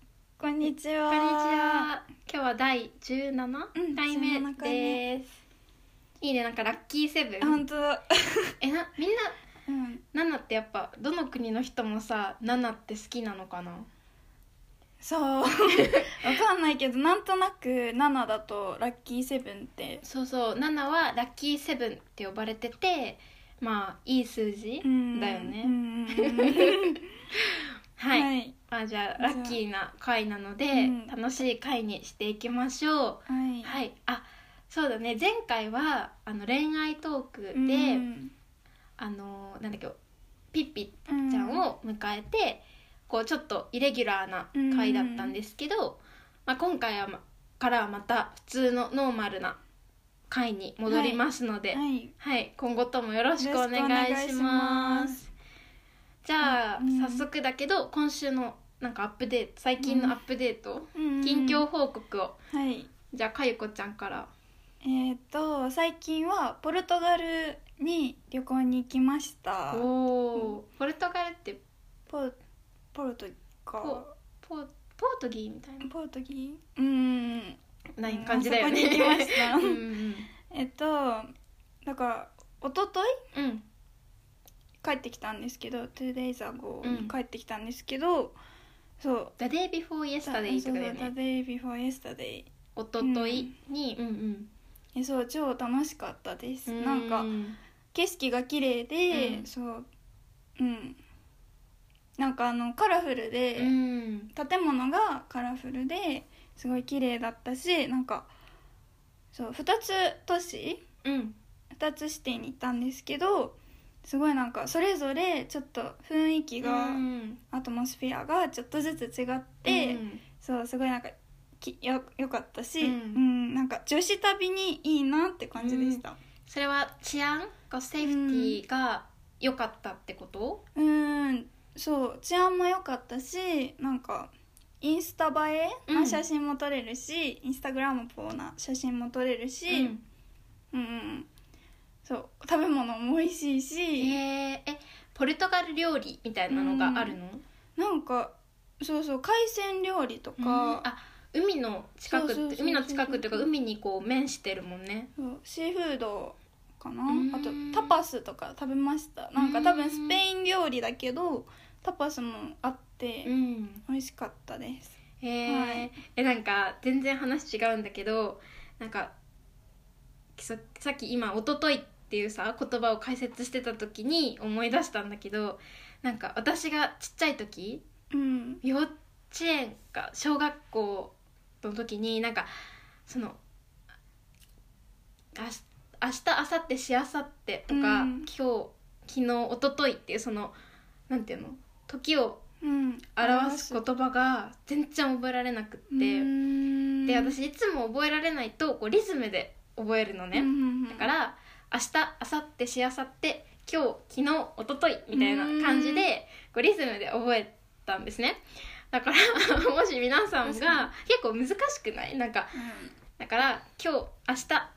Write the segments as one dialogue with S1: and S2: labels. S1: にちは。
S2: こんにちは。今日は第十七
S1: うん
S2: 回
S1: 17
S2: 目
S1: 回目
S2: です。いいね、なんかラッキーセブ
S1: あ。
S2: ン。
S1: 本当だ。
S2: え、な、みんな、
S1: うん。
S2: 七ってやっぱ、どの国の人もさ、七って好きなのかな。
S1: そう。わかんないけど、なんとなく七だとラッキーセブンって。
S2: そうそう、七はラッキーセブンって呼ばれてて。まあ、いい数字
S1: うん
S2: だよね。
S1: うんうんうん
S2: はい、
S1: はい。
S2: まあ、じ
S1: じゃ
S2: ゃあ、
S1: あ
S2: ラッキーな回なので、
S1: うん
S2: 楽しい回にしていきましょう。
S1: はい。
S2: はい、あ、そうだね、前回は、あの恋愛トークで。
S1: うん
S2: あのなんだっけピッピ
S1: う
S2: ちゃんを迎えて、こうちょっとイレギュラーな回だったんですけど、まあ、今回はまからはまた普通のノーマルな回に戻りますので、はい
S1: はい。
S2: 今後ともよろしくお願いします
S1: す。
S2: じゃあ、
S1: うん
S2: 早速だけど今週のなんかアップデート最近のアップデート、
S1: うん
S2: 近況。報告を
S1: はい。
S2: じゃあかゆこちゃんから
S1: えっと、最近はポルトガルに旅行に行きました。
S2: おお、ポルトガルって
S1: ポ、ポルト
S2: ポ
S1: か。
S2: ポポートギーみたいな
S1: ポルトギー。うん。
S2: ない感じだよね。
S1: そこに行きました。
S2: うんうん
S1: えっとだから一昨日
S2: うん
S1: 帰ってきたんですけど 2days ago
S2: うん
S1: に帰ってきたんですけど、そう
S2: 「The day before yesterday」とかだ
S1: そう
S2: よ
S1: そう
S2: ね
S1: The day before yesterday
S2: おとといにうんうん
S1: えそう超楽しかったです、
S2: う
S1: なんか景色が綺麗で、
S2: うん
S1: そううんなんかあのカラフルで、
S2: うん
S1: 建物がカラフルですごい綺麗だったしなんかそう2つ都市
S2: うん
S1: 2つ支店に行ったんですけどすごいなんかそれぞれちょっと雰囲気が、
S2: うん
S1: アトモスフィアがちょっとずつ違って、
S2: うん
S1: そうすごいなんかきよよかったし、う
S2: うんん
S1: なんか女子旅にいいなって感じでした
S2: それは治安がセーフティーが良かったってこと
S1: うんんそう治安も良かったしなんかインスタ映え
S2: う
S1: なん写真も撮れるし、インスタグラムポーな写真も撮れるし、うん、うんうんそう食べ物も美味しい
S2: え
S1: し、
S2: ーえポルトガル料理みたいなのがあるの
S1: なんかそうそう海鮮料理とか、
S2: うんあ海の近くっ
S1: そうそうそう
S2: て
S1: そう
S2: 海の近くっていうか海にこう面してるもんね
S1: そうシーフードかな
S2: うん
S1: あとタパスとか食べましたなんか多分スペイン料理だけどタパスもあって
S2: うん
S1: 美味しかったです
S2: へえ、
S1: はい
S2: えなんか全然話違うんだけどなんかささっき今「おととい」っていうさ言葉を解説してた時に思い出したんだけどなんか私がちっちゃい時
S1: うん
S2: 幼稚園か小学校の時になんかそのあし明日明後日しあさってとか、
S1: うん
S2: 今日昨日おとといっていうそのなんていうの時を
S1: うん
S2: 表す言葉が全然覚えられなくって、
S1: で
S2: で私いつも覚えられないとこうリズムで覚えるのね、だから明日明後日しあさって今日昨日一昨日みたいな感じ
S1: うん
S2: でこうリズムで覚えたんですねだから もし皆さ
S1: 確
S2: んが結
S1: か
S2: 構難しくないなんかだから今日明日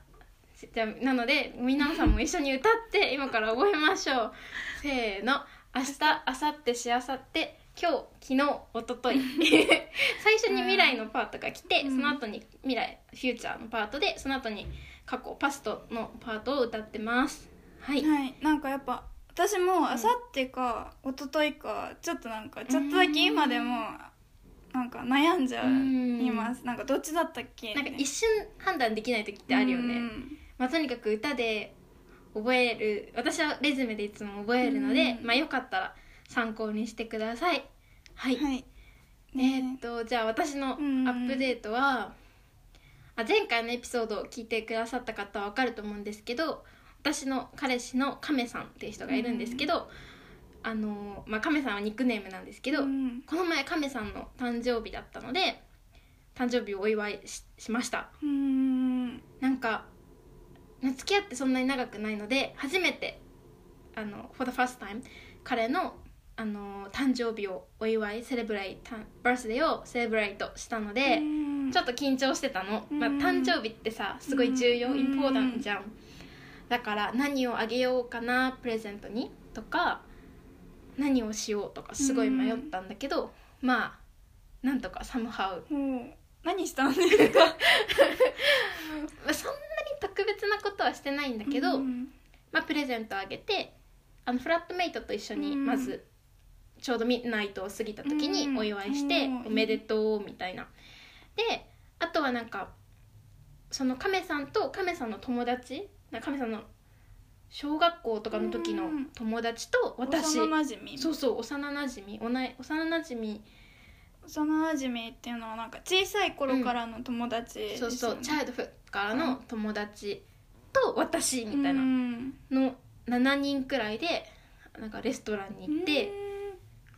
S2: じゃあなので皆さんも一緒に 歌って今から覚えましょうせーの明日明後日しあさって今日昨日 一昨日最初に未来のパートが来て、
S1: うん
S2: その後に未来フューチャーのパートでその後に過去パストのパートを歌ってますはい、
S1: はいなんかやっぱ私もあさってか一昨日かちょっとなんかちょっとだけ今でもなんか悩んじゃ
S2: うん
S1: いますなんかどっちだったっけ
S2: なんか一瞬判断できない時ってあるよね、
S1: うん
S2: まあ、とにかく歌で覚える私はレズムでいつも覚えるので、
S1: うん
S2: まあよかったら参考にしてくださいはい、
S1: はい
S2: えーっとじゃあ私のア
S1: うん
S2: ップデートは、あ前回のエピソードを聞いてくださった方は分かると思うんですけど私の彼氏のカメさんっていう人がいるんですけど、あのまあ、カメさんはニックネームなんですけど、
S1: うん
S2: この前カメさんの誕生日だったので誕生日をお祝いししました
S1: うん
S2: なんか付き合ってそんなに長くないので初めてあの for the first time 彼のあの誕生日をお祝いセレブレイタバースデーをセレブレイトしたので、
S1: うん
S2: ちょっと緊張してたの、まあ、
S1: うん
S2: 誕生日ってさすごい重要、
S1: うん
S2: インポータントじゃんだから何をあげようかなプレゼントにとか何をしようとかすごい迷ったんだけど、まあなんとかサムハウ
S1: もう何したんですか
S2: まあそんなに特別なことはしてないんだけど、
S1: うん
S2: まあ、プレゼントあげてあのフラットメイトと一緒に
S1: うん
S2: まずちょうどミッドナイトを過ぎた時
S1: うん
S2: にお祝いして
S1: うん
S2: 「おめでとう」みたいな。であとはなんかその亀さんと亀さんの友達な亀さんの小学校とかの時の友達と私、
S1: 幼馴染み
S2: そうそう幼なじみおな幼なじみ
S1: 幼馴染みっていうのはなんか小さい頃からの友達です
S2: そ
S1: よ
S2: う
S1: ね
S2: そうチャイルドフットからの友達と私みたいな
S1: うん
S2: の7人くらいでなんかレストランに行って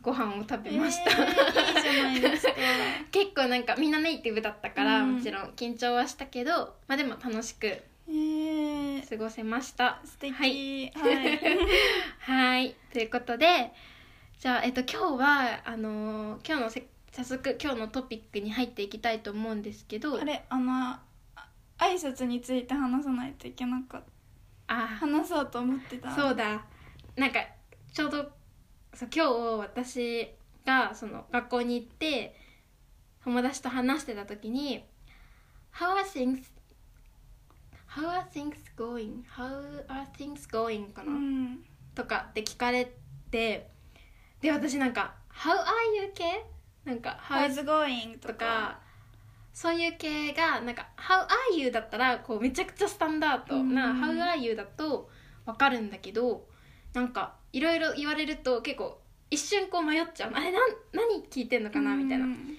S2: ご飯を食べました、
S1: えーいいじゃないですか
S2: 結構なんかみんなネイティブだったから、
S1: うん
S2: もちろん緊張はしたけどまあでも楽しく
S1: えー
S2: 過ごせました
S1: 素敵
S2: はい
S1: はい、
S2: はいということでじゃあ、えっと、今日はあのー今日のせ早速今日のトピックに入っていきたいと思うんですけど
S1: あれあのあ挨拶について話さないといけなかった
S2: あ
S1: 話そうと思ってた
S2: そうだなんかちょうどそう今日私がその学校に行って友達と話してた時に「How are things How are things going? How are things going?」か
S1: う
S2: な、
S1: ん
S2: とかって聞かれてで私なんか「How are you?」系なんか「How's
S1: How's going?
S2: と
S1: とか
S2: かそういう系がなんか「How are you?」だったらこうめちゃくちゃスタンダードな「
S1: うん
S2: How are you?」だとわかるんだけどなんかいろいろ言われると結構一瞬こう迷っちゃうのあれなん何聞いてんのかなみたいな。
S1: うん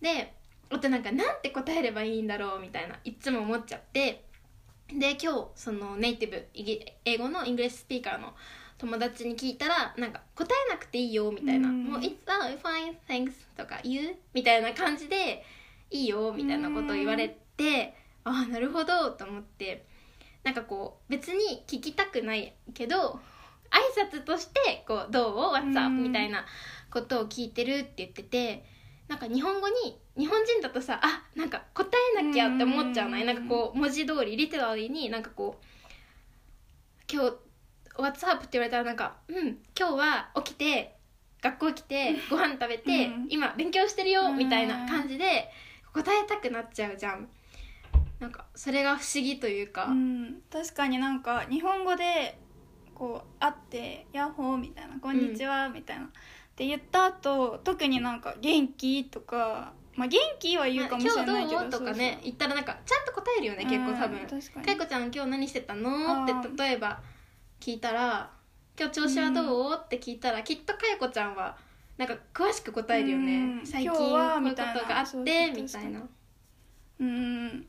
S2: であとなんかなんて答えればいいんだろうみたいないっつも思っちゃってで今日そのネイティブイギ英語のイングリッシュスピーカーの友達に聞いたらなんか答えなくていいよみたいな「
S1: うん
S2: もう It's a fine thanks」とか「You」みたいな感じで「いいよ」みたいなことを言われて、ああなるほどと思ってなんかこう別に聞きたくないけど挨拶としてこう「どう?」「What's
S1: う
S2: up?」
S1: ん
S2: みたいなことを聞いてるって言っててなんか日本語に日本人だとさあなんか答えなきゃって思っちゃうない
S1: うん
S2: なんかこう文字通りリテラリーになんかこう「今日 What's up?」って言われたらなんか「うん今日は起きて学校来 てご飯食べて、
S1: うん
S2: 今勉強してるよ」
S1: うん
S2: みたいな感じで答えたくなっちゃうじゃん。なんかそれが不思議というか、
S1: うん、確かになんか日本語でこう会って「ヤッホー」みたいな「こんにちは」みたいな、って言った後特になんか「元気?」とか「まあ、元気?」は言うかもしれないけど
S2: 今日どうとかね言ったらなんかちゃんと答えるよね
S1: そうそう
S2: 結構多分
S1: うん確か
S2: かい
S1: に
S2: こちゃん今日何してたのって
S1: あー
S2: 例えば聞いたら「今日調子はどう?」って聞いたらきっとかいこちゃんはなんか詳しく答えるよね
S1: うん
S2: 最近
S1: 今
S2: こ
S1: 日
S2: う
S1: は
S2: いうこと
S1: みたいな
S2: があっ
S1: そう
S2: て
S1: そう
S2: みたいな
S1: うん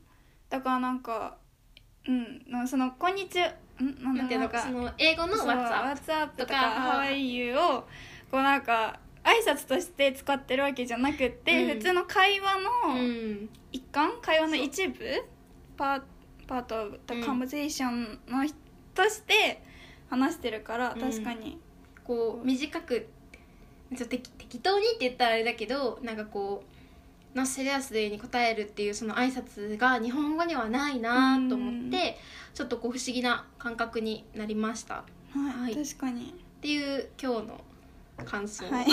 S1: だからなんかうんなその「こんにちは」んなんだ
S2: なんていう
S1: ろ
S2: の
S1: う
S2: か
S1: か
S2: その英語の
S1: そう
S2: WhatsApp
S1: WhatsApp とか
S2: とか
S1: 「ハワイユー」をこうなんか挨拶として使ってるわけじゃなくって、
S2: う
S1: 普
S2: ん
S1: 通の会話の、
S2: うん
S1: 一環会話の一部パーパートと
S2: うん
S1: カンバゼーションのひとして話してるから、
S2: うん
S1: 確かに
S2: こう短くちょ適適当にって言ったらあれだけどなんかこう「のセリアスデーに答えるっていうその挨拶が日本語にはないなと思ってちょっとこう不思議な感覚になりましたっ
S1: はい、
S2: はい
S1: 確かに
S2: ていう今日の感想、
S1: はい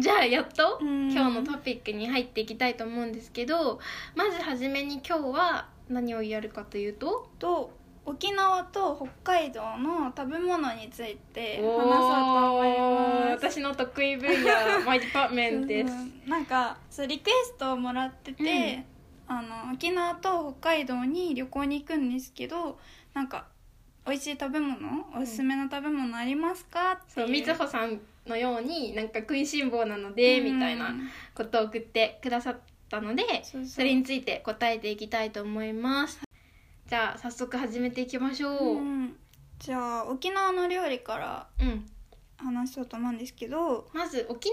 S2: じゃあやっと
S1: うん
S2: 今日のトピックに入っていきたいと思うんですけどまず初めに今日は何をやるかというと
S1: と沖縄と北海道の食べ物について話そうと思い
S2: おー
S1: ます
S2: 私の得意分野マイディパートメント です。
S1: うんなんかそうリクエストをもらってて、あの沖縄と北海道に旅行に行くんですけどなんか美味しい食べ物おすすめの食べ物ありますかって
S2: そ
S1: いうう
S2: みずほさんのようになんか食いしん坊なのでみたいうなんことを送ってくださったので
S1: そうそう
S2: それについて答えていきたいと思いますじゃあ早速始めていきましょう
S1: うん、じゃあ沖縄の料理から
S2: うん
S1: 話そうと思うんですけど
S2: まず沖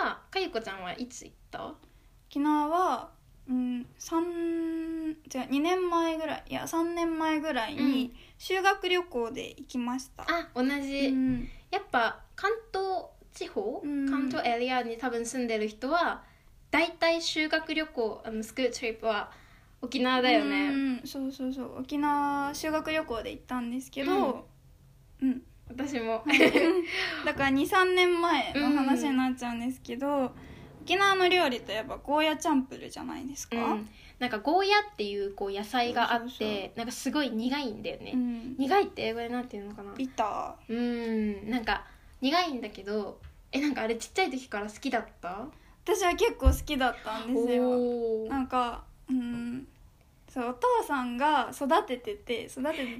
S2: 縄はかゆこちゃんはいつ行った
S1: 沖縄は、うん、3違う2年前ぐらいいや3年前ぐらいに修学旅行で行きました、
S2: あ同じ、
S1: うん
S2: やっぱ関東地方、
S1: うん
S2: 関東エリアに多分住んでる人は大体修学旅行あのスクールトリップは沖縄だよね、
S1: うんそうそうそう沖縄修学旅行で行ったんですけど、うん
S2: 私も
S1: だから23年前の話になっちゃうんですけど、沖縄の料理といえばゴーヤチャンプルじゃないですか、
S2: うん、なんかゴーヤっていうこう野菜があって
S1: そうそうそ
S2: なんかすごい苦いんだよね、
S1: うん
S2: 苦いって英語でなんていうのかな
S1: ビタ
S2: うーんなんか苦いんだけどえなんかあれちっちゃい時から好きだった
S1: ー私は結構好きだったんですよ
S2: お
S1: なんかうんそうお父さんが育ててて育ててっ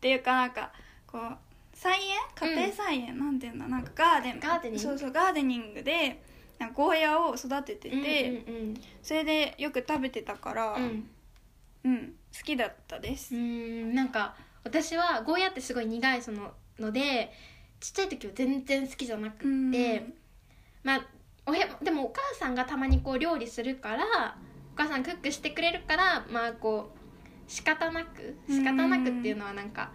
S1: ていうかなんかこう菜園家庭菜園、なんていうんだなんかガーデン
S2: ガーデニング
S1: そうそうガーデニングでなんかゴーヤを育ててて、
S2: うん
S1: それでよく食べてたから
S2: うんうん
S1: うん好きだったで
S2: う
S1: す、
S2: ーんなんか私はゴーヤってすごい苦いそののでちっちゃい時は全然好きじゃなくて、
S1: うん
S2: まあおへでもお母さんがたまにこう料理するからお母さんクックしてくれるからまあこう仕方なく仕方なくっていうのはなんか、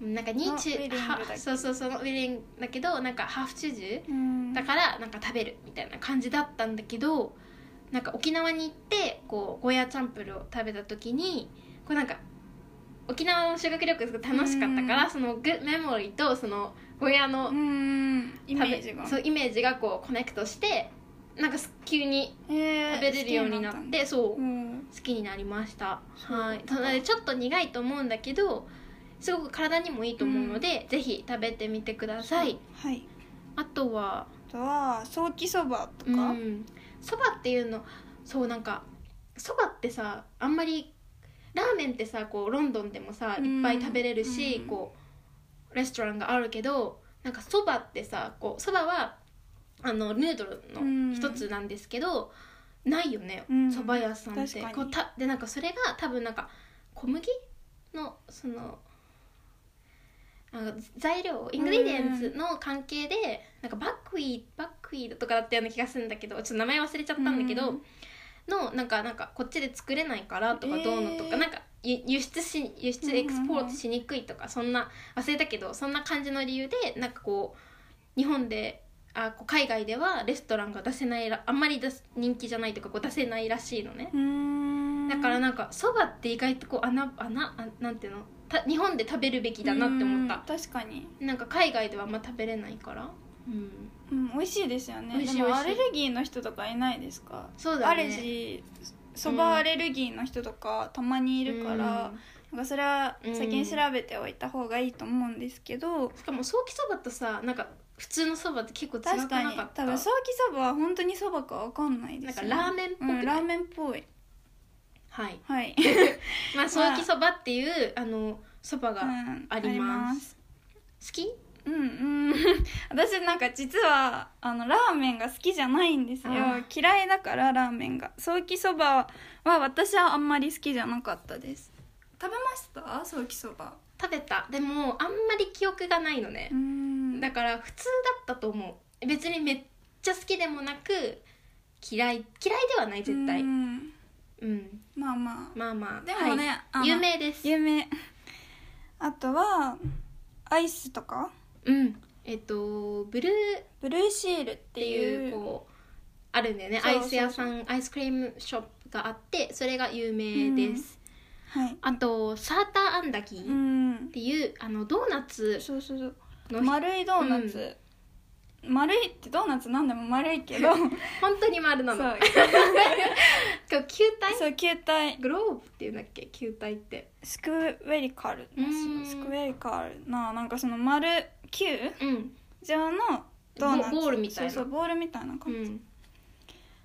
S2: なんかニーチ
S1: あウェディングだっけ
S2: はそうそうそのウェディングだけどなんかハーフチュージュ
S1: うん
S2: だからなんか食べるみたいな感じだったんだけどなんか沖縄に行ってこうゴーヤチャンプルを食べた時にこうなんか沖縄の修学旅行すごい楽しかったから、
S1: うん
S2: そのグッメモリーとそのゴーヤの
S1: う
S2: 食
S1: んイ
S2: べ、
S1: メージが
S2: そうイメージがこうコネクトしてなんかす急に
S1: えー
S2: 食べれるようになっ
S1: 好き
S2: て、そう
S1: たんだ
S2: 好きになりました
S1: そう
S2: はいなのでちょっと苦いと思うんだけどすごく体にもいいと思うので、ぜひ食べてみてください
S1: うんはい
S2: あとは
S1: あとはソーキそばとか、
S2: うんそばっていうのそうなんかそばってさあんまりラーメンってさこうロンドンでもさ
S1: うん
S2: いっぱい食べれるし、
S1: うん
S2: こうレストランがあるけどなんかそばってさこうそばはあのヌードル
S1: うん
S2: の一つなんですけど、ないよね
S1: うん
S2: そば、屋さんっ
S1: 確
S2: て
S1: かに
S2: こうたでなんかそれが多分なんか小麦のそのあ材料イングリディエンツの関係で、なんかバックウィーバックウィードとかだったような気がするんだけどちょっと名前忘れちゃったんだけど、
S1: うん
S2: のなんかなんかこっちで作れないからとか
S1: えー
S2: どうのとか、なんか輸輸出し輸
S1: うん
S2: 出
S1: うんうん
S2: エクスポートしにくいとか、そんな忘れたけどそんな感じの理由でなんかこう日本であこう海外ではレストランが出せないらあんまり出す人気じゃないとかこう出せないらしいのね。
S1: うーん
S2: だからなんかそばって意外とこう穴穴あなんていうのた日本で食べるべきだなって思った、
S1: うん確かに、
S2: なんか海外ではあんま食べれないから、うん、
S1: うん、美味しいですよね
S2: 美味しい
S1: でも
S2: 美
S1: ア
S2: 味し
S1: レ
S2: い
S1: ルギーの人とかいないですか、
S2: そう
S1: ア
S2: だね
S1: レジーそばアレルギーの人とかたまにいるから、
S2: うん
S1: なんかそれは
S2: うん
S1: 先に調べておいた方がいいと思うんですけど、
S2: しかもソーキそばとさなんか普通のそばって結構違くな
S1: 確か
S2: か
S1: に
S2: った
S1: 多分ソーキそばは本当にそばかわかんないで
S2: なん
S1: す
S2: か
S1: よね
S2: ラーメンっぽく
S1: う
S2: ない、
S1: ん、ラーメンっぽい
S2: はい
S1: はい、
S2: まあソーキそばっていうあのそばが
S1: う
S2: 好
S1: ん
S2: ありますき
S1: うんうん 私なんか実はあのラーメンが好きじゃないんですよ
S2: あ
S1: 嫌いだからラーメンがソーキそばは私はあんまり好きじゃなかったです食べましたソーキそば
S2: 食べたでもあんまり記憶がないのね
S1: う、ん
S2: だから普通だったと思う別にめっちゃ好きでもなく嫌い嫌いではない絶対
S1: う
S2: うん、
S1: んまあま
S2: まあま
S1: あ
S2: あ
S1: でもね、あ
S2: は
S1: の
S2: い、有名です
S1: 有名あとはアイスとか
S2: うんえっとブルーっ
S1: ブルーシールって
S2: て
S1: い
S2: いううこうあるんだよね
S1: そうそう
S2: アイス屋さんアイスクリームショップがあってそれが有名です、
S1: はい
S2: あとサーターアンダギ
S1: う
S2: ーっ
S1: ん
S2: ていう、あのドーナツ
S1: そうそうそう
S2: の
S1: 丸いドーナツ、丸いってドーナツなんでも丸いけどそう
S2: 本当に丸なの今日球体
S1: そう球体
S2: グローブっていうんだっけ球体って
S1: スクウェリカルなんですよ
S2: うん
S1: スクウェリカルななんかその丸球
S2: うん、
S1: 状のドーナツ
S2: ボボールみたいな
S1: そうそうボールみたいな
S2: う
S1: 感じ、
S2: ん、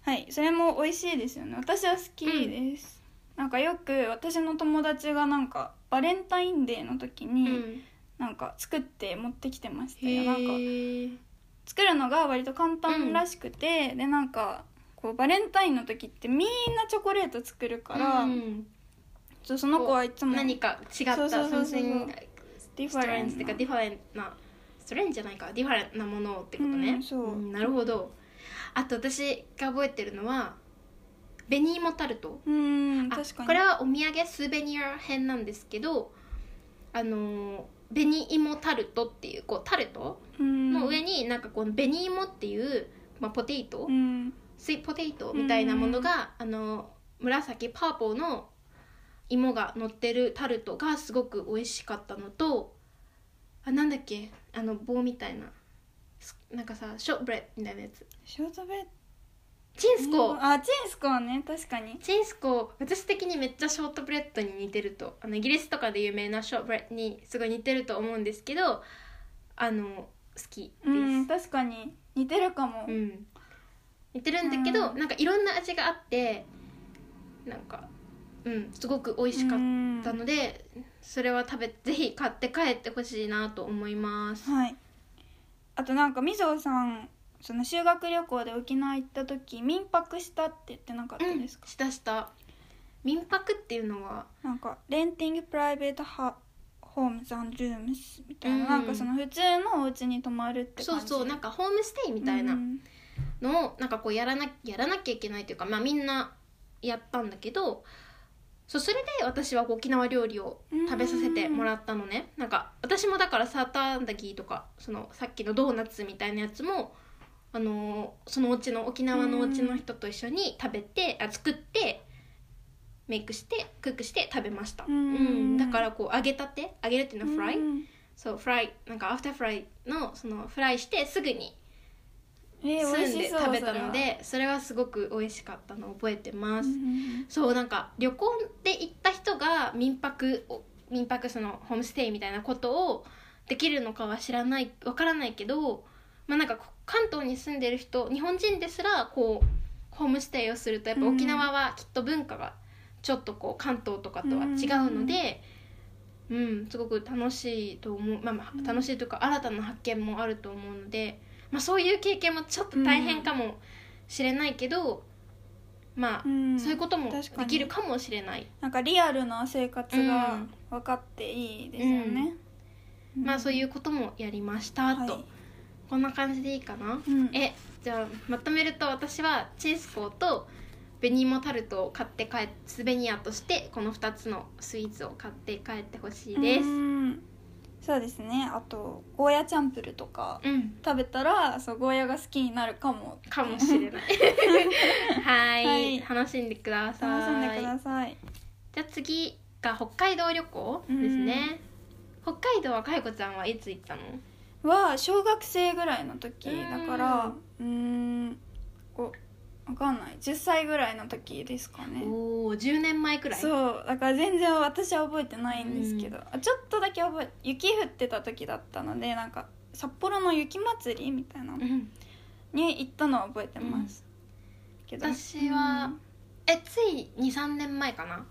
S1: はいそれも美味しいですよね私は好きです、なんかよく私の友達がなんかバレンタインデーの時
S2: う
S1: に
S2: ん、
S1: なんか作って持ってきてましたよ、なんか
S2: へえ
S1: 作るのが割と簡単らしくて、でなんかこうバレンタインの時ってみんなチョコレート作るから、
S2: うん、
S1: そうその子はいつも
S2: 何か違った
S1: そうそうそうそう
S2: something
S1: ディフ
S2: スト
S1: ァ
S2: レ
S1: レ
S2: ン
S1: ン
S2: ス
S1: ス
S2: ってかディファレンなストレンじゃないかディファレンなものってことね、
S1: うんそう
S2: なるほどあと私が覚えてるのは紅芋タルト
S1: うん
S2: あ
S1: 確かに
S2: これはお土産スーベニア編なんですけどあのー紅芋タルトっていうこうタルトの上
S1: に、
S2: になんかこの紅芋っていう、まあ、ポテイト、
S1: うん、
S2: スイポテイトみたいなものが、あの紫パーポーの芋が乗ってるタルトがすごく美味しかったのとあなんだっけあの棒みたいなすなんかさショートブレッドみたいなやつ
S1: ショートブレッ
S2: チンスコ
S1: あチンスコはね確かに
S2: チンスコ私的にめっちゃショートブレッドに似てるとあのイギリスとかで有名なショートブレッドにすごい似てると思うんですけどあの好きです、
S1: う
S2: うんん
S1: 確かに似てるかも、
S2: 似てるんだけど、
S1: う
S2: なんかいろんな味があってなんかうんすごく美味しかったので、それは食べぜひ買って帰ってほしいなと思います、
S1: はいあとなんかみぞうさんその修学旅行で沖縄行った時民泊したって言ってなかった
S2: うん
S1: ですか、
S2: したした民泊っていうのは
S1: なんか「レンティング・プライベート・ハホームズ・アン・ルームス」みたいな、
S2: うん
S1: なんかその普通のお家に泊まるって
S2: そ
S1: 感
S2: う
S1: じ
S2: そうなんかホームステイみたいな
S1: うん
S2: のをなんかこうやらなやらなきゃいけないというか、まあ、みんなやったんだけどそうそれで私は沖縄料理を食べさせてもらったのねなんか私もだからサーターアンダギーとかそのさっきのドーナツみたいなやつも、あのーそのお家の沖縄のお家の人と一緒に食べてあ作ってメイクしてクックして食べました、
S1: うん
S2: だからこう揚げたて揚げるっていうのはフライ、
S1: うん
S2: そうフライなんかアフターフライのそのフライしてすぐに
S1: えー、美
S2: 住
S1: 味
S2: んで
S1: しそう
S2: 食べたのでそれはすごく美味しかったのを覚えて
S1: それは
S2: ま
S1: う
S2: す、
S1: んうん
S2: そうなんか旅行で行った人が民泊を民泊そのホームステイみたいなことをできるのかは知らないわからないけどまあなんかこう関東に住んでる人日本人ですらこうホームステイをするとやっぱ沖縄はきっと文化がちょっとこう関東とかとは違うのでうん、すごく楽しいと思う、まあ、ま
S1: うん
S2: あ楽しいというか新たな発見もあると思うので、まあ、そういう経験もちょっと大変かもしれないけど、まあ
S1: う、ん
S2: そういうこともで
S1: 確かに
S2: きるかもしれない、
S1: なんかリアルな生活
S2: う
S1: が
S2: ん
S1: 分かっていいですよね、ん
S2: まあそういうこともやりましたと、
S1: はい
S2: こんな感じでいいかな、
S1: うん
S2: えじゃあまとめると私はチェスコーとベニモタルトを買って帰っスベニアとしてこの2つのスイーツを買って帰ってほしいです
S1: うんそうですねあとゴーヤチャンプルとか
S2: うん
S1: 食べたらそうゴーヤが好きになるかも
S2: かもし れないはい
S1: はい
S2: 楽しんでください
S1: 楽しんでください
S2: じゃあ次が北海道旅行ですね北海道はかよこちゃんはいつ行ったの
S1: は小学生ぐらいの時だからうーんこうわかんない10歳ぐらいの時ですかね
S2: おお10年前くらい
S1: そうだから全然私は覚えてないんですけど、あちょっとだけ覚え雪降ってた時だったのでなんか札幌の雪祭りみたいなの
S2: うん
S1: に行ったのは覚えてます、けど
S2: 私はえつい23年前かな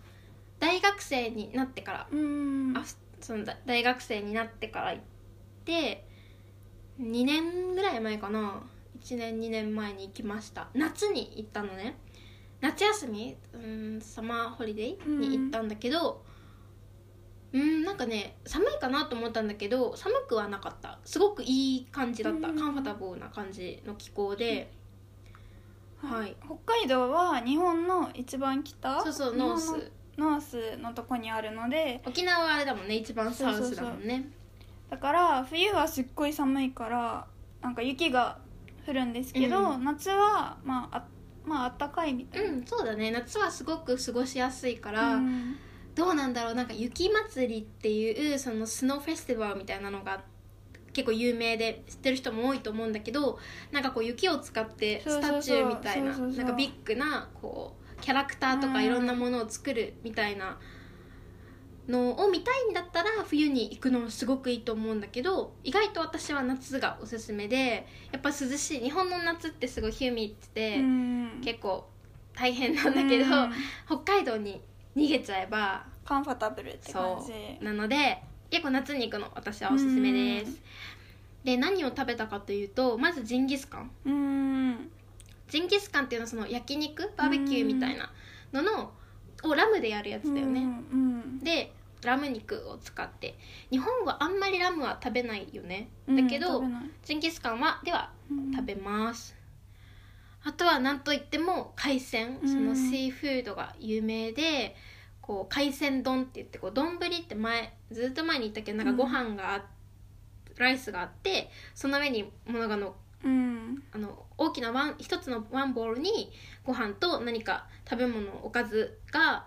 S2: 大学生になってから、
S1: うん
S2: あそのだ大学生になってから行って2年ぐらい前かな1年2年前に行きました夏に行ったのね夏休みうんサマーホリデーに行ったんだけどうんなんかね寒いかなと思ったんだけど寒くはなかったすごくいい感じだった、
S1: うん
S2: カンファタボーな感じの気候で、はい
S1: 北海道は日本の一番北
S2: そうそうノー
S1: 日本
S2: ス
S1: のノースのとこにあるので
S2: 沖縄はあれだもんね一番サウスだもんね
S1: だから冬はすっごい寒いからなんか雪が降るんですけど、
S2: うん
S1: 夏はまああまあ暖かいみたいな、
S2: うんそうだね夏はすごく過ごしやすいから、
S1: うん
S2: どうなんだろうなんか雪祭りっていうそのスノーフェスティバルみたいなのが結構有名で知ってる人も多いと思うんだけどなんかこう雪を使って
S1: そうそうそ
S2: ス
S1: う
S2: タチューみたいな
S1: そうそうそう
S2: なんかビッグなこうキャラクターとか
S1: うん
S2: いろんなものを作るみたいなのを見たいんだったら冬に行くのもすごくいいと思うんだけど意外と私は夏がおすすめでやっぱ涼しい日本の夏ってすごいヒューミッドで、
S1: うん
S2: 結構大変なんだけど、
S1: うん
S2: 北海道に逃げちゃえば
S1: カンファタブルって感じ
S2: そうなので結構夏に行くの私はおすすめです、で何を食べたかというとまずジンギスカン
S1: うん
S2: ジンギスカンっていうのはその焼肉バーベキューみたいなのの、をラムでやるやつだよね、
S1: うん
S2: でラム肉を使って日本はあんまりラムは食べないよねだけど、ジンギスカンはでは食べます、あとはなんといっても海鮮
S1: うん
S2: そのシーフードが有名で、こう海鮮丼って言ってこう丼って前ずっと前に言ったけどなんかご飯があライスがあってその上にものがの
S1: うん
S2: あの大きなワン一つのワンボールにご飯と何か食べ物おかずが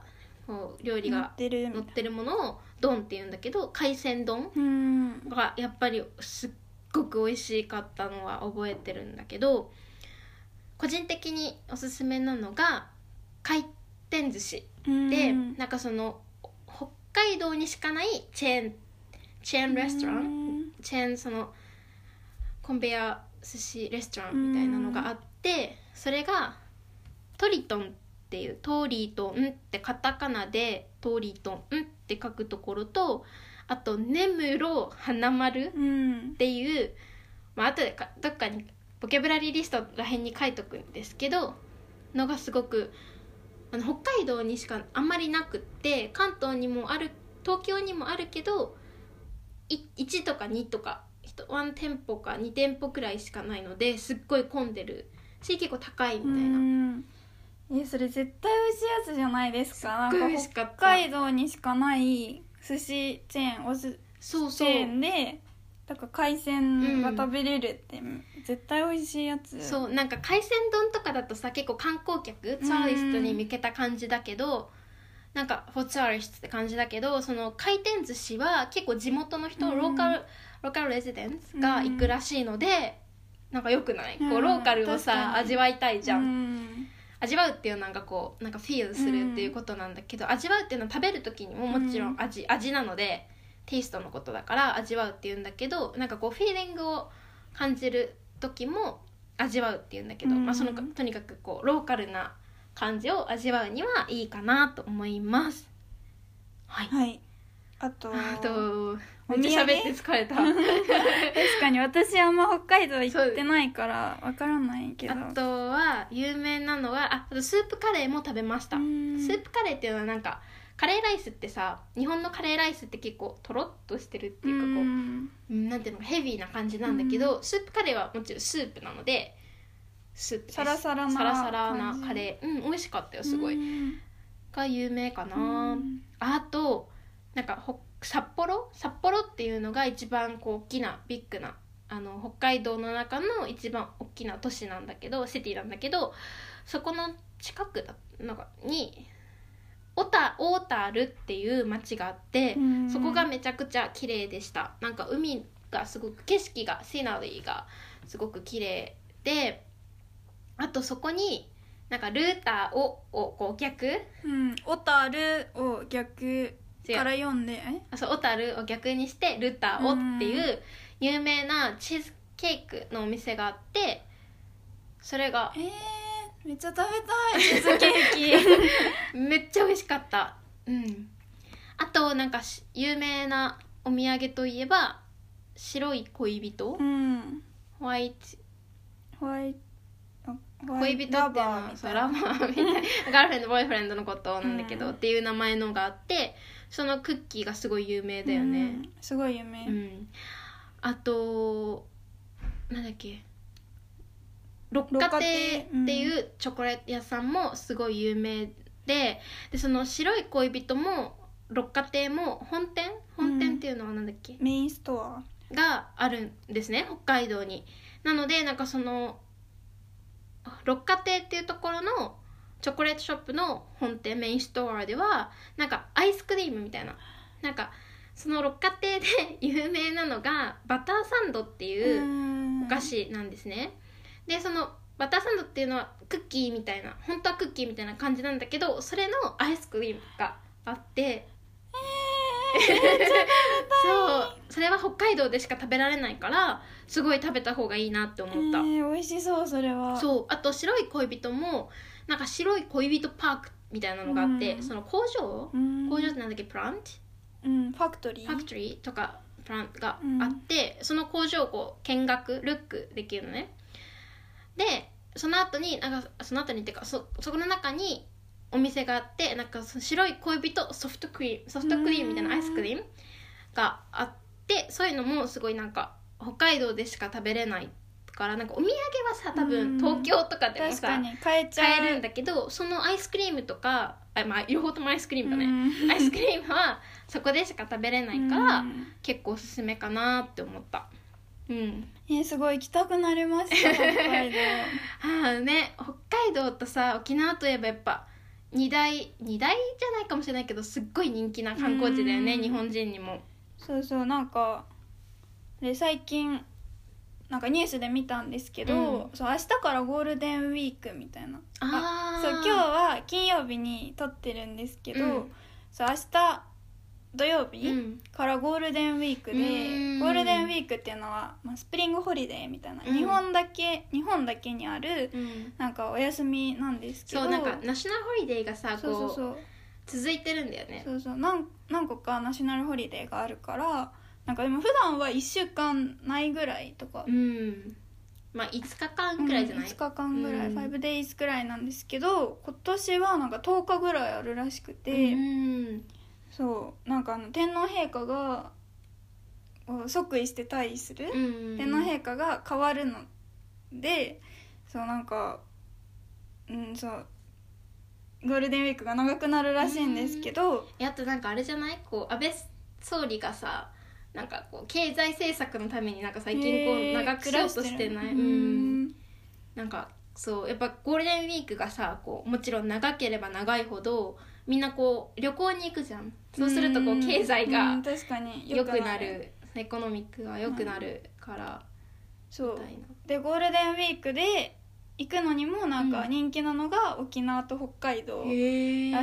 S2: こう料理
S1: 乗
S2: が
S1: ってるみた
S2: 乗
S1: い
S2: っ
S1: な
S2: てるものを丼って言うんだけど海鮮丼
S1: うん
S2: がやっぱりすっごく美味しかったのは覚えてるんだけど個人的におすすめなのが回転寿司で、
S1: うん
S2: なんかその北海道にしかないチェーンチェーンレストラン、
S1: うん
S2: チェーンそのコンベヤ寿司レストランみたいなのがあってそれがトリトンっていうトーリートンってカタカナでトーリートンって書くところとあと根室花丸っ
S1: うん
S2: ていう、まあ後でかどっかにボキャブラリーリストらへんに書いとくんですけどのがすごくあの北海道にしかあんまりなくって関東にもある東京にもあるけどい1とか2とか1店舗か2店舗くらいしかないのですっごい混んでるし結構高いみたいな。
S1: うんえそれ絶対美味しいやつじゃないですか
S2: すっごい
S1: なん
S2: 美
S1: か
S2: 味しかった
S1: 北海道にしかない寿司チェーンお寿
S2: そう
S1: チ
S2: そう
S1: ェーンでだから海鮮が食べれるって、絶対美味しいやつ
S2: そうなんか海鮮丼とかだとさ結構観光客ツアーリストに向けた感じだけどなんかフォツアーリストって感じだけどその回転寿司は結構地元の人、
S1: うん
S2: ローカルローカルレジデンスが行くらしいので、なんかよくない、こ
S1: う
S2: うんローカルを
S1: 確
S2: さ
S1: かに
S2: 味わいたいじゃん、
S1: うん
S2: 味わうっていうなんかこうなんかフィールするっていうことなんだけど、味わうっていうのは食べる時にももちろん味,、味なのでテイストのことだから味わうっていうんだけどなんかこうフィーリングを感じる時も味わうっていうんだけど、
S1: うん
S2: まあ、そのとにかくこうローカルな感じを味わうにはいいかなと思います。はい、
S1: はいあと
S2: あと
S1: お土産
S2: めっちゃ喋って疲れた
S1: 確かに私あんま北海道行ってないからわからないけど
S2: あとは有名なのはああとスープカレーも食べました。
S1: うん
S2: スープカレーっていうのはなんかカレーライスってさ日本のカレーライスって結構とろっとしてるっていうかこ
S1: ん
S2: う、うんなんていうのかヘビーな感じなんだけど、スープカレーはもちろんスープなのでスープです
S1: サラサラな
S2: サラサラ
S1: 感
S2: な
S1: じ
S2: カレーうん美味しかったよすごい、
S1: うん
S2: が有名かな、
S1: うん
S2: あとなんかほ札幌札幌っていうのが一番こう大きなビッグなあの北海道の中の一番大きな都市なんだけどシティなんだけどそこの近くだなんかにオタオータールっていう町があって、
S1: うん
S2: そこがめちゃくちゃ綺麗でしたなんか海がすごく景色がシナリーがすごく綺麗であとそこになんかルーターををこう逆
S1: うん「小樽」を逆
S2: 違う
S1: から読んでえ
S2: あそう小樽を逆にしてルタオっていうう有名なチーズケークのお店があってそれが
S1: えー、めっちゃ食べた いチーズケー
S2: めっちゃ美味しかったうんあとなんかし有名なお土産といえば白い恋人
S1: キ うん
S2: ホワイト
S1: ホワイトホワイ
S2: 恋人っていうの
S1: ラバ
S2: は
S1: ーみ
S2: そ
S1: た
S2: う
S1: い
S2: ラ
S1: な
S2: バーみたい なガールフレンドボーイフレンドのことなんだけど、
S1: うん
S2: っていう名前のがあってそのクッキーがすごい有名だよね、
S1: うんすごい有名、
S2: うん、あとなんだっけ六花亭っていうチョコレート屋さんもすごい有名ででその白い恋人も六花亭も本店本店っていうのはなんだっけ、
S1: メインストア
S2: があるんですね北海道になのでなんかその六花亭っていうところのチョコレートショップの本店メインストアではなんかアイスクリームみたいななんかその六花亭で 有名なのがバターサンドっていうお
S1: お
S2: 菓子なんですね、でそのバターサンドっていうのはクッキーみたいな本当はクッキーみたいな感じなんだけどそれのアイスクリームがあってそうそれは北海道でしか食べられないからすごい食べた方がいいなって思った、
S1: えー、美味しそうそれは
S2: そうあと白い恋人もなんか白い恋人パークみたいなのがあって、
S1: うん
S2: その工場、
S1: うん
S2: 工場ってなんだっけプラント
S1: うんファクトリー
S2: ファクトリーとかプランがあって、その工場をこう見学ルックできるのねでその後になんかその後にっていうかそそこの中にお店があってなんかその白い恋人ソフトクリームソフトクリームみたいな
S1: うん
S2: アイスクリームがあってそういうのもすごいなんか北海道でしか食べれないからなんかお土産はさ多
S1: うん
S2: 分東京とかでも
S1: 確か
S2: さ
S1: に買えちゃう
S2: 買えるんだけどそのアイスクリームとかあ、まあ、両方ともアイスクリー
S1: う
S2: ムだね、
S1: ん
S2: アイスクリームはそこでしか食べれないから、
S1: うん
S2: 結構おすすめかなって思ったうん
S1: えー、すごい行きたくなりました北海道
S2: ああね北海道とさ沖縄といえばやっぱ二大二大じゃないかもしれないけどすっごい人気な観光地だよね
S1: うん
S2: 日本人にも
S1: そうそうなんかで最近なんかニュースで見たんですけど、
S2: うん
S1: そう明日からゴールデンウィークみたいな
S2: あ
S1: そう今日は金曜日に撮ってるんですけど、
S2: うん
S1: そう明日土曜日、
S2: うん
S1: からゴールデンウィークで
S2: うーん
S1: ゴールデンウィークっていうのは、まあ、スプリングホリデーみたいな、
S2: うん
S1: 日本だけ日本だけにある
S2: うん
S1: なんかお休みなんですけど
S2: そうなんかナショナルホリデーがさ
S1: そうそう
S2: こ
S1: そうう
S2: 続いてるんだよね
S1: そうそう何何個かナショナルホリデーがあるからなんかでも普段は1週間ないぐらいとか、
S2: うんまあ5日間くらいじゃない
S1: 5日間ぐらい、
S2: うん
S1: 5days くらいなんですけど今年はなんか10日ぐらいあるらしくて。
S2: うん
S1: そうなんかあの天皇陛下がこう即位して退位する、
S2: うん
S1: 天皇陛下が変わるのでそうなんかうんそうゴールデンウィークが長くなるらしいんですけど、
S2: えあとなんかあれじゃないこう安倍総理がさなんかこう経済政策のためになんか最近こう
S1: へー
S2: 長くしようとしてな
S1: 暮ら
S2: い、
S1: るうん
S2: なんかそうやっぱゴールデンウィークがさこうもちろん長ければ長いほどみんなこう旅行に行くじゃんそうするとこう経済
S1: う
S2: が
S1: ん確かに
S2: 良くなるエコノミックが良くなるから
S1: そ
S2: み
S1: う
S2: たいな
S1: でゴールデンウィークで行くのにもなんか
S2: うん
S1: 人気なのが沖縄と北海道ら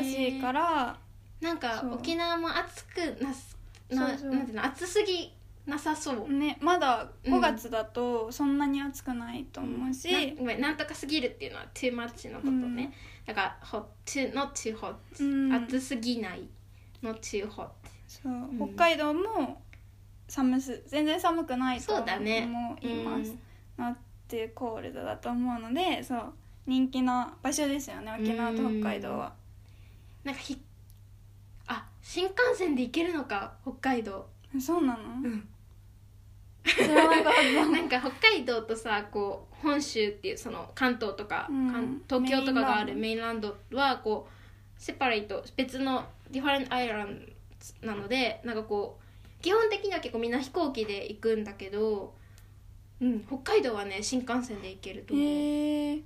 S1: しいからら、
S2: なんか
S1: そう
S2: 沖縄も暑くなすな
S1: そうそう
S2: なんていうの暑すぎなさそう
S1: ね、まだ
S2: うん
S1: 5月だとそんなに暑くないと思うし、
S2: なごめんなんとかすぎるっていうのは too much のことね、だから hot too not too hot、
S1: うん
S2: 暑すぎない not too hot
S1: そう
S2: うん
S1: 北海道も寒す全然寒くないと
S2: そうだね
S1: 思います、
S2: うん
S1: なってコールドだと思うのでそう人気な場所ですよね沖縄と北海道は、
S2: なんかひあ新幹線で行けるのか北海道
S1: そうなの
S2: ん
S1: 知らなかっ
S2: なんか北海道とさこう本州っていうその関東とか、
S1: うん
S2: 関東京とかがあるメ
S1: メ
S2: インランドはこうセパレート別のディファレントアイランドなのでなんかこう基本的には結構みんな飛行機で行くんだけど、うん、北海道はね新幹線で行けると
S1: た
S2: 思う、
S1: へえ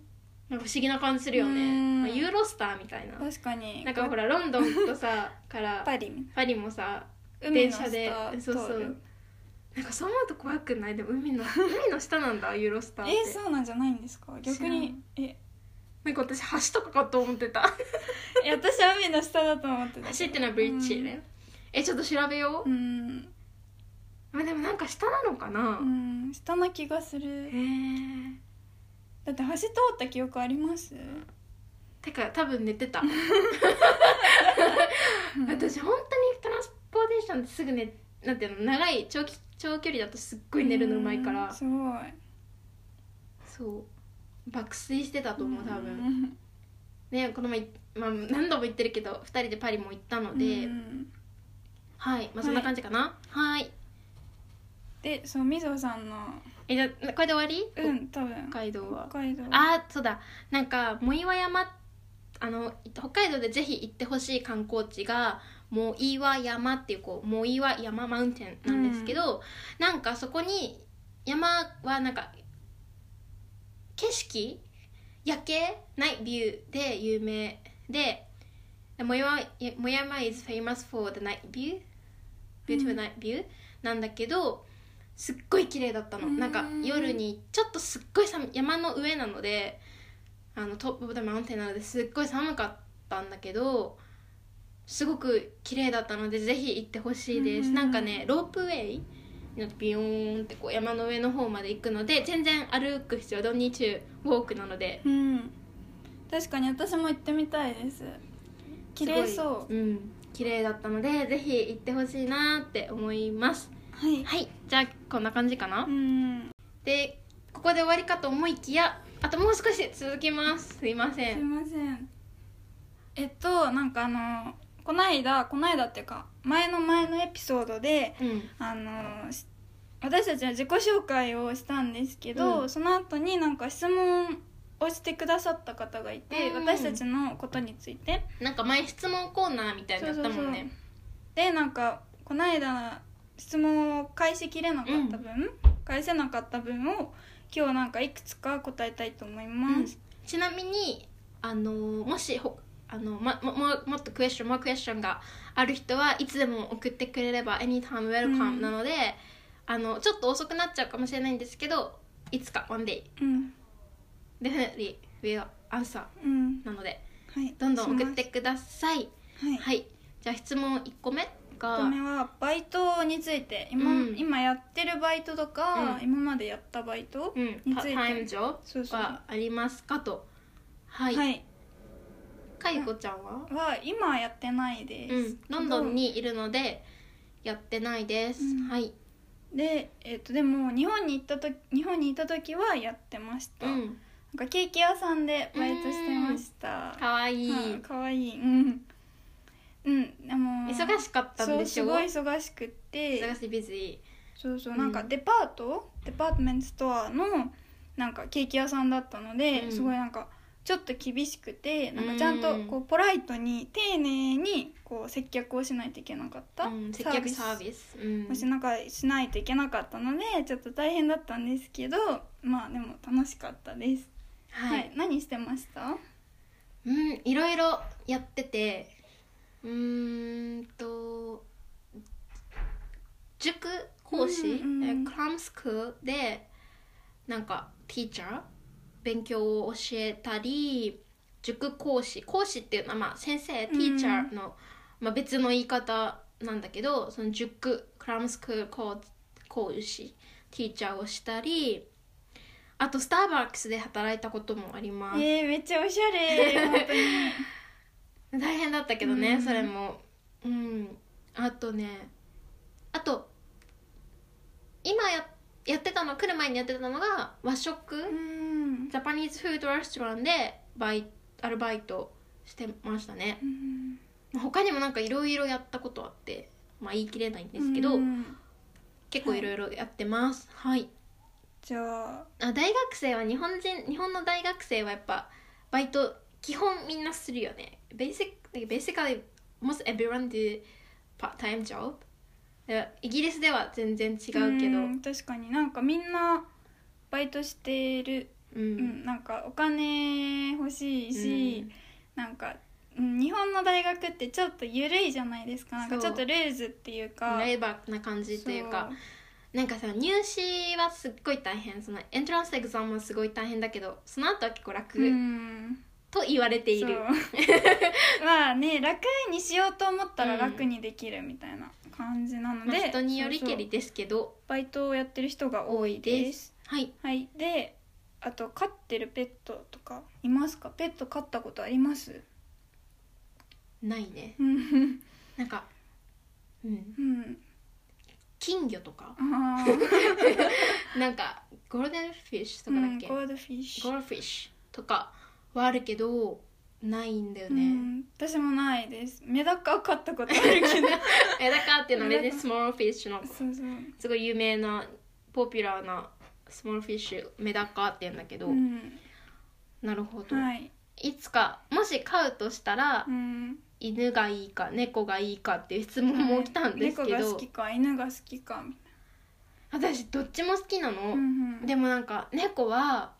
S2: なんか不思議な感じするよ
S1: う
S2: ね、
S1: ん
S2: まあユーロスターみたいな
S1: 確かに
S2: なんかほらロンドンとさから
S1: パリみ
S2: パリもさ
S1: たいな海
S2: 電
S1: の
S2: 車
S1: 下
S2: でそう
S1: 通
S2: そう
S1: る
S2: なんかそう思うと怖くないでも海の海の下なんだユーロスターって
S1: えそうなんじゃないんですか逆にえ
S2: なんか私橋とかかと思ってた
S1: いや私は海の下だと思ってたけど
S2: 橋ってのはブリッジね、えちょっと調べよう
S1: う、ん
S2: あでもなんか下なのかな、
S1: うん下な気がする
S2: へえ
S1: だって橋通った記憶あります、
S2: てか多分寝てた
S1: うん
S2: 私本当にトランスポーテーションってすぐ寝なんていうの長い長期長距離だとすっごい寝るのうまいから、
S1: んすごい
S2: そう爆睡してたと思う多分、
S1: うん
S2: ねこの前、まあ、何度も言ってるけど2人でパリも行ったので、
S1: うん
S2: はいまあそんな感じかなはい
S1: でそうみぞさんの
S2: えじゃあこれで終わり、
S1: うん多分
S2: 北海道は
S1: 北海道
S2: あそうだなんか藻岩山あの北海道でぜひ行ってほしい観光地が藻岩山っていうこう藻岩山マウンテンなんですけど、なんかそこに山はなんか景色夜景ないビューで有名で藻岩藻山 is famous for the night view beautiful night view なんだけどすっごい綺麗だったの、
S1: うん
S2: なんか夜にちょっとすっごい寒い山の上なのであのトップ・オブ・ザ・マウンテンなのですっごい寒かったんだけどすごく綺麗だったのでぜひ行ってほしいです、
S1: うん
S2: なんかねロープウェイに乗ってビヨーンってこう山の上の方まで行くので全然歩く必要ドンニーチュウォークなので
S1: うん確かに私も行ってみたいです綺麗そ
S2: すごいうん綺麗だったのでぜひ行ってほしいなって思います
S1: うはい
S2: はいじゃあこんな感じかな、
S1: うん
S2: でここで終わりかと思いきやあともう少し続きますすいませ
S1: すい
S2: ん
S1: ませんえっとなんかあのこないだこないだっていうか前の前のエピソードで
S2: うん
S1: あのし私たちは自己紹介をしたんですけど、
S2: うん
S1: その後になんか質問をしてくださった方がいて、
S2: うん
S1: 私たちのことについて
S2: なんか前質問コーナーみたいになのやったもんね
S1: でなんかこの間質問を返しきれなかった分、返せなかった分を今日なんかいくつか答えたいと思います。
S2: ちなみにあのもしほあのまもももっとクエスチョンもクエスチョンがある人はいつでも送ってくれれば anytime
S1: う
S2: welcome
S1: ん
S2: なので、あのちょっと遅くなっちゃうかもしれないんですけどいつか one day
S1: うん
S2: definitely will answer
S1: うん
S2: なので
S1: はい
S2: どんどん送ってください
S1: しますはい
S2: はいじゃあ質問1個目が
S1: 一個目はバイトについて今,、
S2: うん
S1: 今やってるバイトとか、
S2: うん
S1: 今までやったバイト、
S2: うん
S1: について
S2: パタイムジョ
S1: そう
S2: ブ
S1: そう
S2: はありますかとは、
S1: はいい、
S2: かいこちゃんは、
S1: は今はやってないです、
S2: うん、ロンドンにいるのでやってないです、
S1: うん
S2: はい、
S1: で、えっとでも日本に行った時日本にいた時はやってました、
S2: う
S1: なん
S2: ん、
S1: かケーキ屋さんでバイトしてました
S2: かわいい、
S1: はいかわいいうんうんでも
S2: 忙しかったん
S1: そ
S2: で
S1: う
S2: し
S1: す
S2: ょ
S1: ごい忙しくって
S2: 忙しいビズイ
S1: そうそう
S2: うん
S1: なんかデパート、デパートメントストアのなんかケーキ屋さんだったので、
S2: うん
S1: すごいなんかちょっと厳しくてなん
S2: う
S1: か
S2: ん
S1: ちゃんとこうポライトに丁寧にこう接客をしないといけなかった、
S2: うん、接客サービスうん
S1: もしなんかしないといけなかったのでちょっと大変だったんですけどまあでも楽しかったです、
S2: はい、
S1: 何してました
S2: うんいろいろやっててうーんと塾講師、
S1: うんうんうん
S2: えクラムスクールでなんかティーチャー勉強を教えたり塾講師講師っていうのは、まあ、先生ティーチャーの、まあ、別の言い方なんだけどその塾クラムスクール講講師ティーチャーをしたりあとスターバックスで働いたこともあります。
S1: えー、めっちゃおしゃれ本 当に
S2: 大変だったけどね、
S1: うん
S2: それもうんあとねあと今ややってたの来る前にやってたのが和食、
S1: うん
S2: ジャパニーズフードレストランでバイアルバイトしてましたね
S1: うん
S2: 他にもなんかいろいろやったことあってまあ言い切れないんですけど、
S1: うん
S2: 結構いろいろやってますはい、
S1: じゃあ
S2: あ大学生は日本人日本の大学生はやっぱバイト基本みんなするよね basic basically most everyone do part time job でイギリスでは全然違うけど
S1: ん確かになんかみんなバイトしてる、
S2: う
S1: うん
S2: ん
S1: なんかお金欲しいし、なんか、うん、日本の大学ってちょっと緩いじゃないですかなんかち
S2: そう
S1: ょっとルーズっていうか
S2: ライバーな感じというかなんかさ入試はすっごい大変そのエントランスエグザムはすごい大変だけどその後は結構楽、
S1: そううん
S2: と言われてい
S1: そう
S2: る
S1: まあね楽にしようと思ったら楽にできるみたいな感じなの
S2: まあ
S1: で、
S2: 人によりけ
S1: そう
S2: り
S1: そう
S2: ですけど
S1: バイトをやってる人が多いです
S2: はい
S1: はいであと飼ってるペットとかいますかペット飼ったことあります
S2: ないね
S1: うん
S2: なんかうん
S1: うん
S2: 金魚とか
S1: あー
S2: なんかゴールデンフィッシュと
S1: う
S2: かだっ
S1: ん
S2: け、
S1: ゴ
S2: ゴー
S1: ールドフィッシュ、
S2: ルフィッシュとかはあるけどないんだよ
S1: う
S2: ね、
S1: ん、私もないですメダカ飼ったことある けど
S2: えだからっていうのは別
S1: メ
S2: に
S1: ダカ
S2: スモールフィッシュの
S1: そうそう、
S2: すごい有名なポピュラーなスモールフィッシュメダカっていうんだけど、
S1: うん、
S2: なるほど、
S1: はい、
S2: い、つかもし飼うとしたら、
S1: うん、
S2: 犬がいいか猫がいいかっていう質問も来たんですけ
S1: 猫が
S2: ど、
S1: 好きか犬が好きかみ
S2: 私どっちも好きな
S1: たいな
S2: の、
S1: うんうん
S2: でもなんか猫は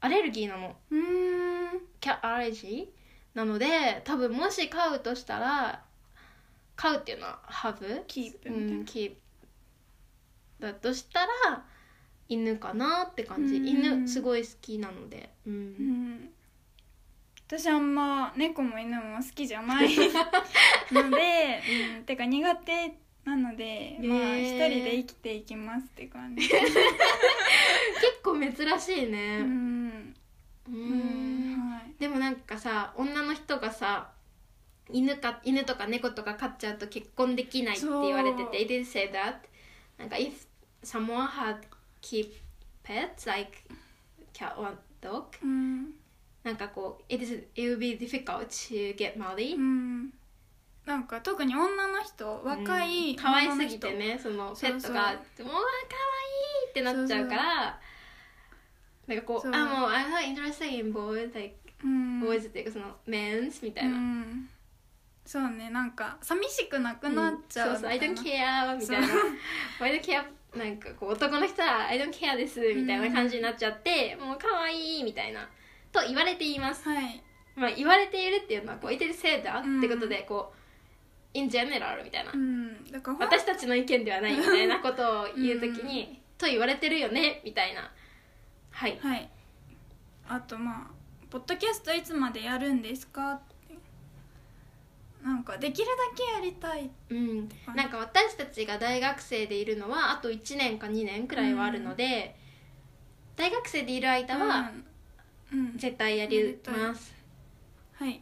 S2: アレルギーなの
S1: うーん
S2: キャアレルギーなので多分もし飼うとしたら飼うっていうのはハブ
S1: キープ
S2: う
S1: みたい
S2: ん
S1: な
S2: キープだとしたら犬かなって感じ
S1: うん
S2: 犬すごい好きなのでう
S1: うんん私あんま猫も犬も好きじゃ ないので、うん、てか苦手なので、まあ
S2: ね
S1: 一人
S2: え
S1: で生きていきますって感じ、
S2: 結構珍しいうね
S1: ん、
S2: うん
S1: うん、はい
S2: でもなんかさ女の人がさ犬か犬とか猫とか飼っちゃうと結婚できないって言われて
S1: そう
S2: て「It is say that」なんか「If someone had keep pets like cat or dog」
S1: うん
S2: なんかこう「It, is, it will be difficult to get married
S1: う」んなんか特に女の人若い
S2: 可愛
S1: 女の
S2: す
S1: 人
S2: ぎてねそのペ
S1: そうそう
S2: ットが「もう可愛い!」ってなっちゃうからなんかこう
S1: そ
S2: 「
S1: う
S2: あもう I'm not interested in boys like
S1: うん、
S2: boys」っていうかその「men's」みたいうな。
S1: ん、そうねなんか寂しくなくなっちゃう、
S2: んそうそう「I don't
S1: みたい
S2: care」みたい な「I don't care」なんかこう男の人は「I don't care です」みたいな感じになっちゃって、もう可愛いみたいなと言われています、
S1: なはい
S2: まあ、言われているっていうのはこう「いてるせいだ」ってことでこう「in general」みたいな、
S1: うんだからほん
S2: 私たちの意見ではないみたいなことを言うときに「と言われてるよね」みたいなはい
S1: はいあとまあ「ポッドキャストいつまでやるんですか?」ってなんかできるだけやりたい
S2: うん、なんか私たちが大学生でいるのはあと1年か2年くらいはあるので、大学生でいる間は
S1: うん、うん
S2: 絶対やります、
S1: はい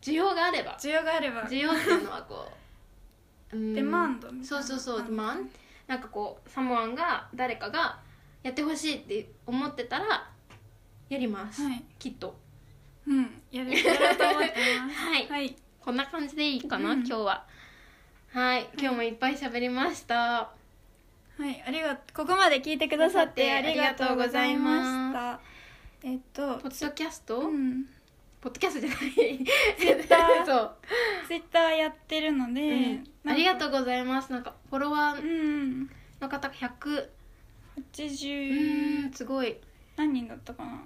S2: 需要があれば
S1: 需要があれば
S2: 需要っていうのはこ う、うん
S1: デマンドみたいな
S2: そうそうそう
S1: 感
S2: デ
S1: じ
S2: マンなんかこうサモアンが誰かがやってほしいって思ってたらやります、
S1: はい
S2: きっと
S1: うんやるやろうと思ってます
S2: はい
S1: はい
S2: こんな感じでいいかな、
S1: うん
S2: 今日ははい今日もいっぱい喋りました、
S1: はい、ありがここまで聞いてくださってありがとうございま
S2: ありがとうご
S1: し
S2: ざ
S1: た。えっと、
S2: ポッドキャスト、
S1: うん、
S2: ポッドキャストじゃない
S1: ッター
S2: そう
S1: ツイッターやってるので、
S2: ありが
S1: う。
S2: とうございますなんかフォロワ
S1: う
S2: ー
S1: ん、
S2: の方100
S1: 八
S2: う
S1: 十
S2: ーんすごい
S1: 何人だったかな。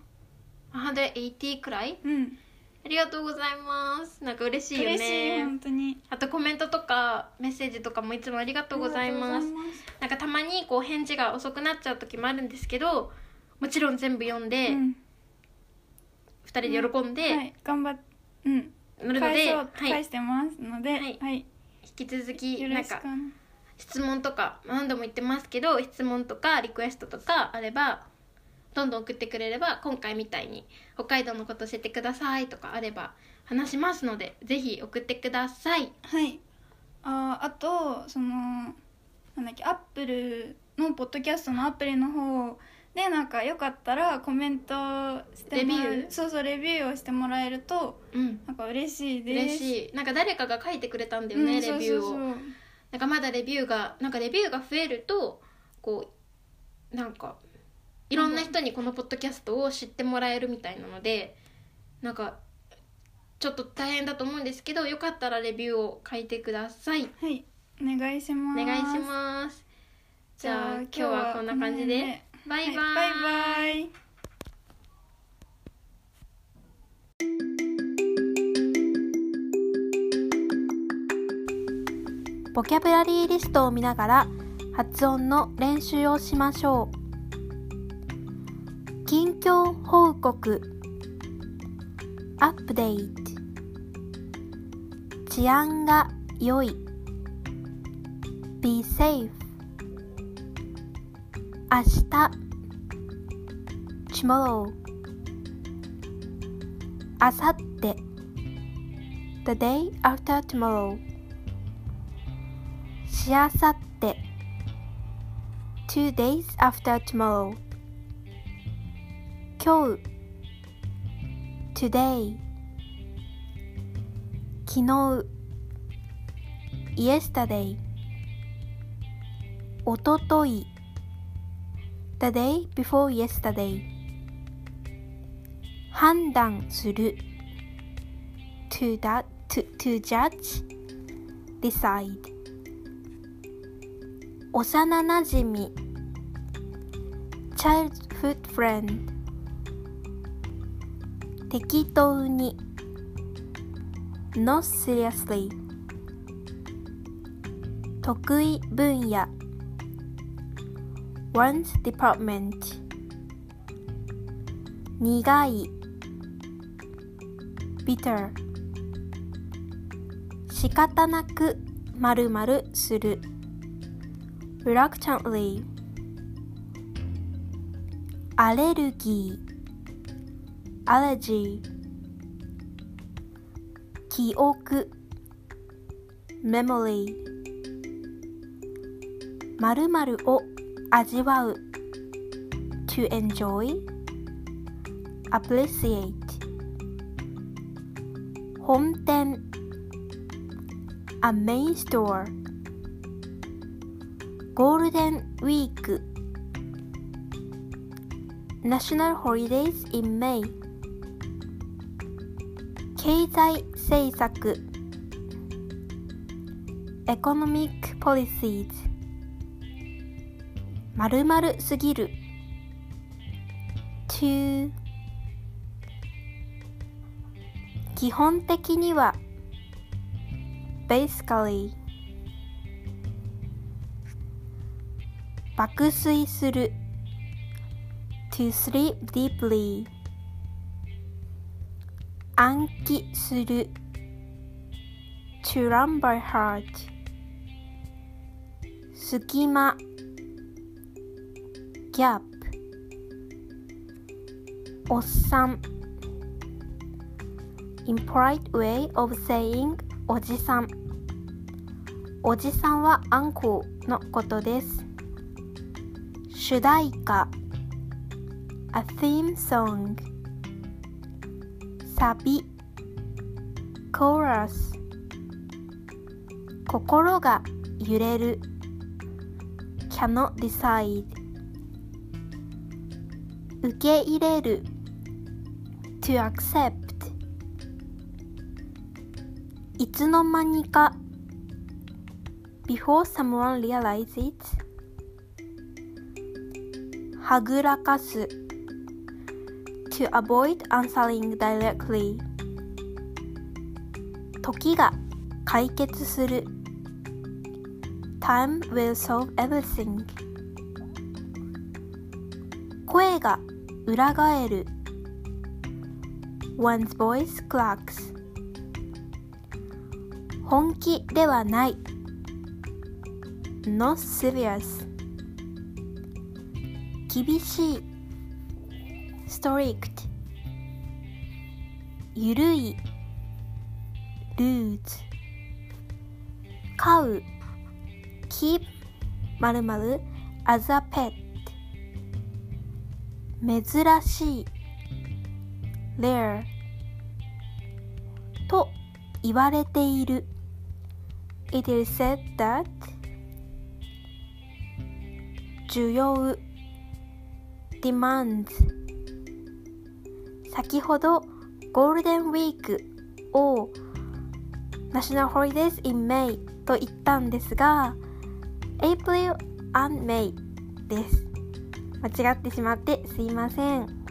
S2: 180くらい
S1: うん、
S2: ありがとうございますなんか嬉しいよね
S1: 嬉しい本当に。
S2: あとコメントとかメッセージとかもいつもありが
S1: あ
S2: とうございま
S1: りが
S2: す
S1: とうございます
S2: なんかたまにこう返事が遅くなっちゃう時もあるんですけどもちろん全部読んで、
S1: うん
S2: 二人で喜んで、
S1: はい、頑張っ、うん、
S2: なるの
S1: 返
S2: で、
S1: そ
S2: は
S1: う返
S2: い、
S1: してますので、
S2: はい
S1: はい、
S2: 引き続き
S1: よ
S2: な
S1: ろ
S2: ん
S1: しく
S2: か。質問とか何度も言ってますけど質問とかリクエストとかあればどんどん送ってくれれば今回みたいに北海道のこと教えてくださいとかあれば話しますのでぜひ送ってください
S1: はい。あーあとそのなんだっけアップルのポッドキャストのアプリの方でなんかよかったらコメントしてもらう
S2: レビュー
S1: そうそうレビューをしてもらえると
S2: うん
S1: なんか嬉しいです
S2: 嬉
S1: い
S2: しいなんか誰かが書いてくれたんだよね、レビューをなんかまだレビューがなんかレビューが増えるとこうなんかいろんな人にこのポッドキャストを知ってもらえるみたいなのでなんかちょっと大変だと思うんですけどよかったらレビューを書いてください
S1: はいお願いしま
S2: お
S1: す
S2: 願いしますじゃあ今日はこんな感じ
S1: この
S2: で
S1: 辺
S2: バイバイ、
S1: はいバイバイ
S2: ボキャブラリーリストを見ながら発音の練習をしましょう近況報告アップデート治安が良い Be safe 明日 Tomorrow あさって The day after tomorrow しあさって。Two days after tomorrow. 今日。Today. 昨日。Yesterday. おととい。The day before yesterday. 判断する。To, that, to, to judge. Decide. 幼なじみ childhood friend 適当に not seriously 得意分野 one's department 苦い bitter 仕方なく〇〇する reluctantly アレルギー allergy 記憶 memory 〇〇を味わう to enjoy appreciate 本店 a main store ゴールデンウィーク National Holidays in May 経済政策 Economic Policies まるまるすぎる To 基本的には Basically 爆睡する
S3: to sleep deeply 暗記する to run by heart 隙間 gap おっさん impolite way of saying おじさんおじさんはアンコウのことです主題歌 A theme song サビ Chorus 心が揺れる Cannot decide 受け入れる To accept いつの間にか Before someone realizes it はぐらかす to avoid answering directly 時が解決する time will solve everything 声が裏返る one's voice cracks 本気ではない not serious 厳しい strict ゆるい loose 飼う keep まるまる as a pet 珍しい rare と言われている it is said that 需要 demands 先ほどゴールデンウィークをナショナルホリデーズ in May と言ったんですが April and May です間違ってしまってすいません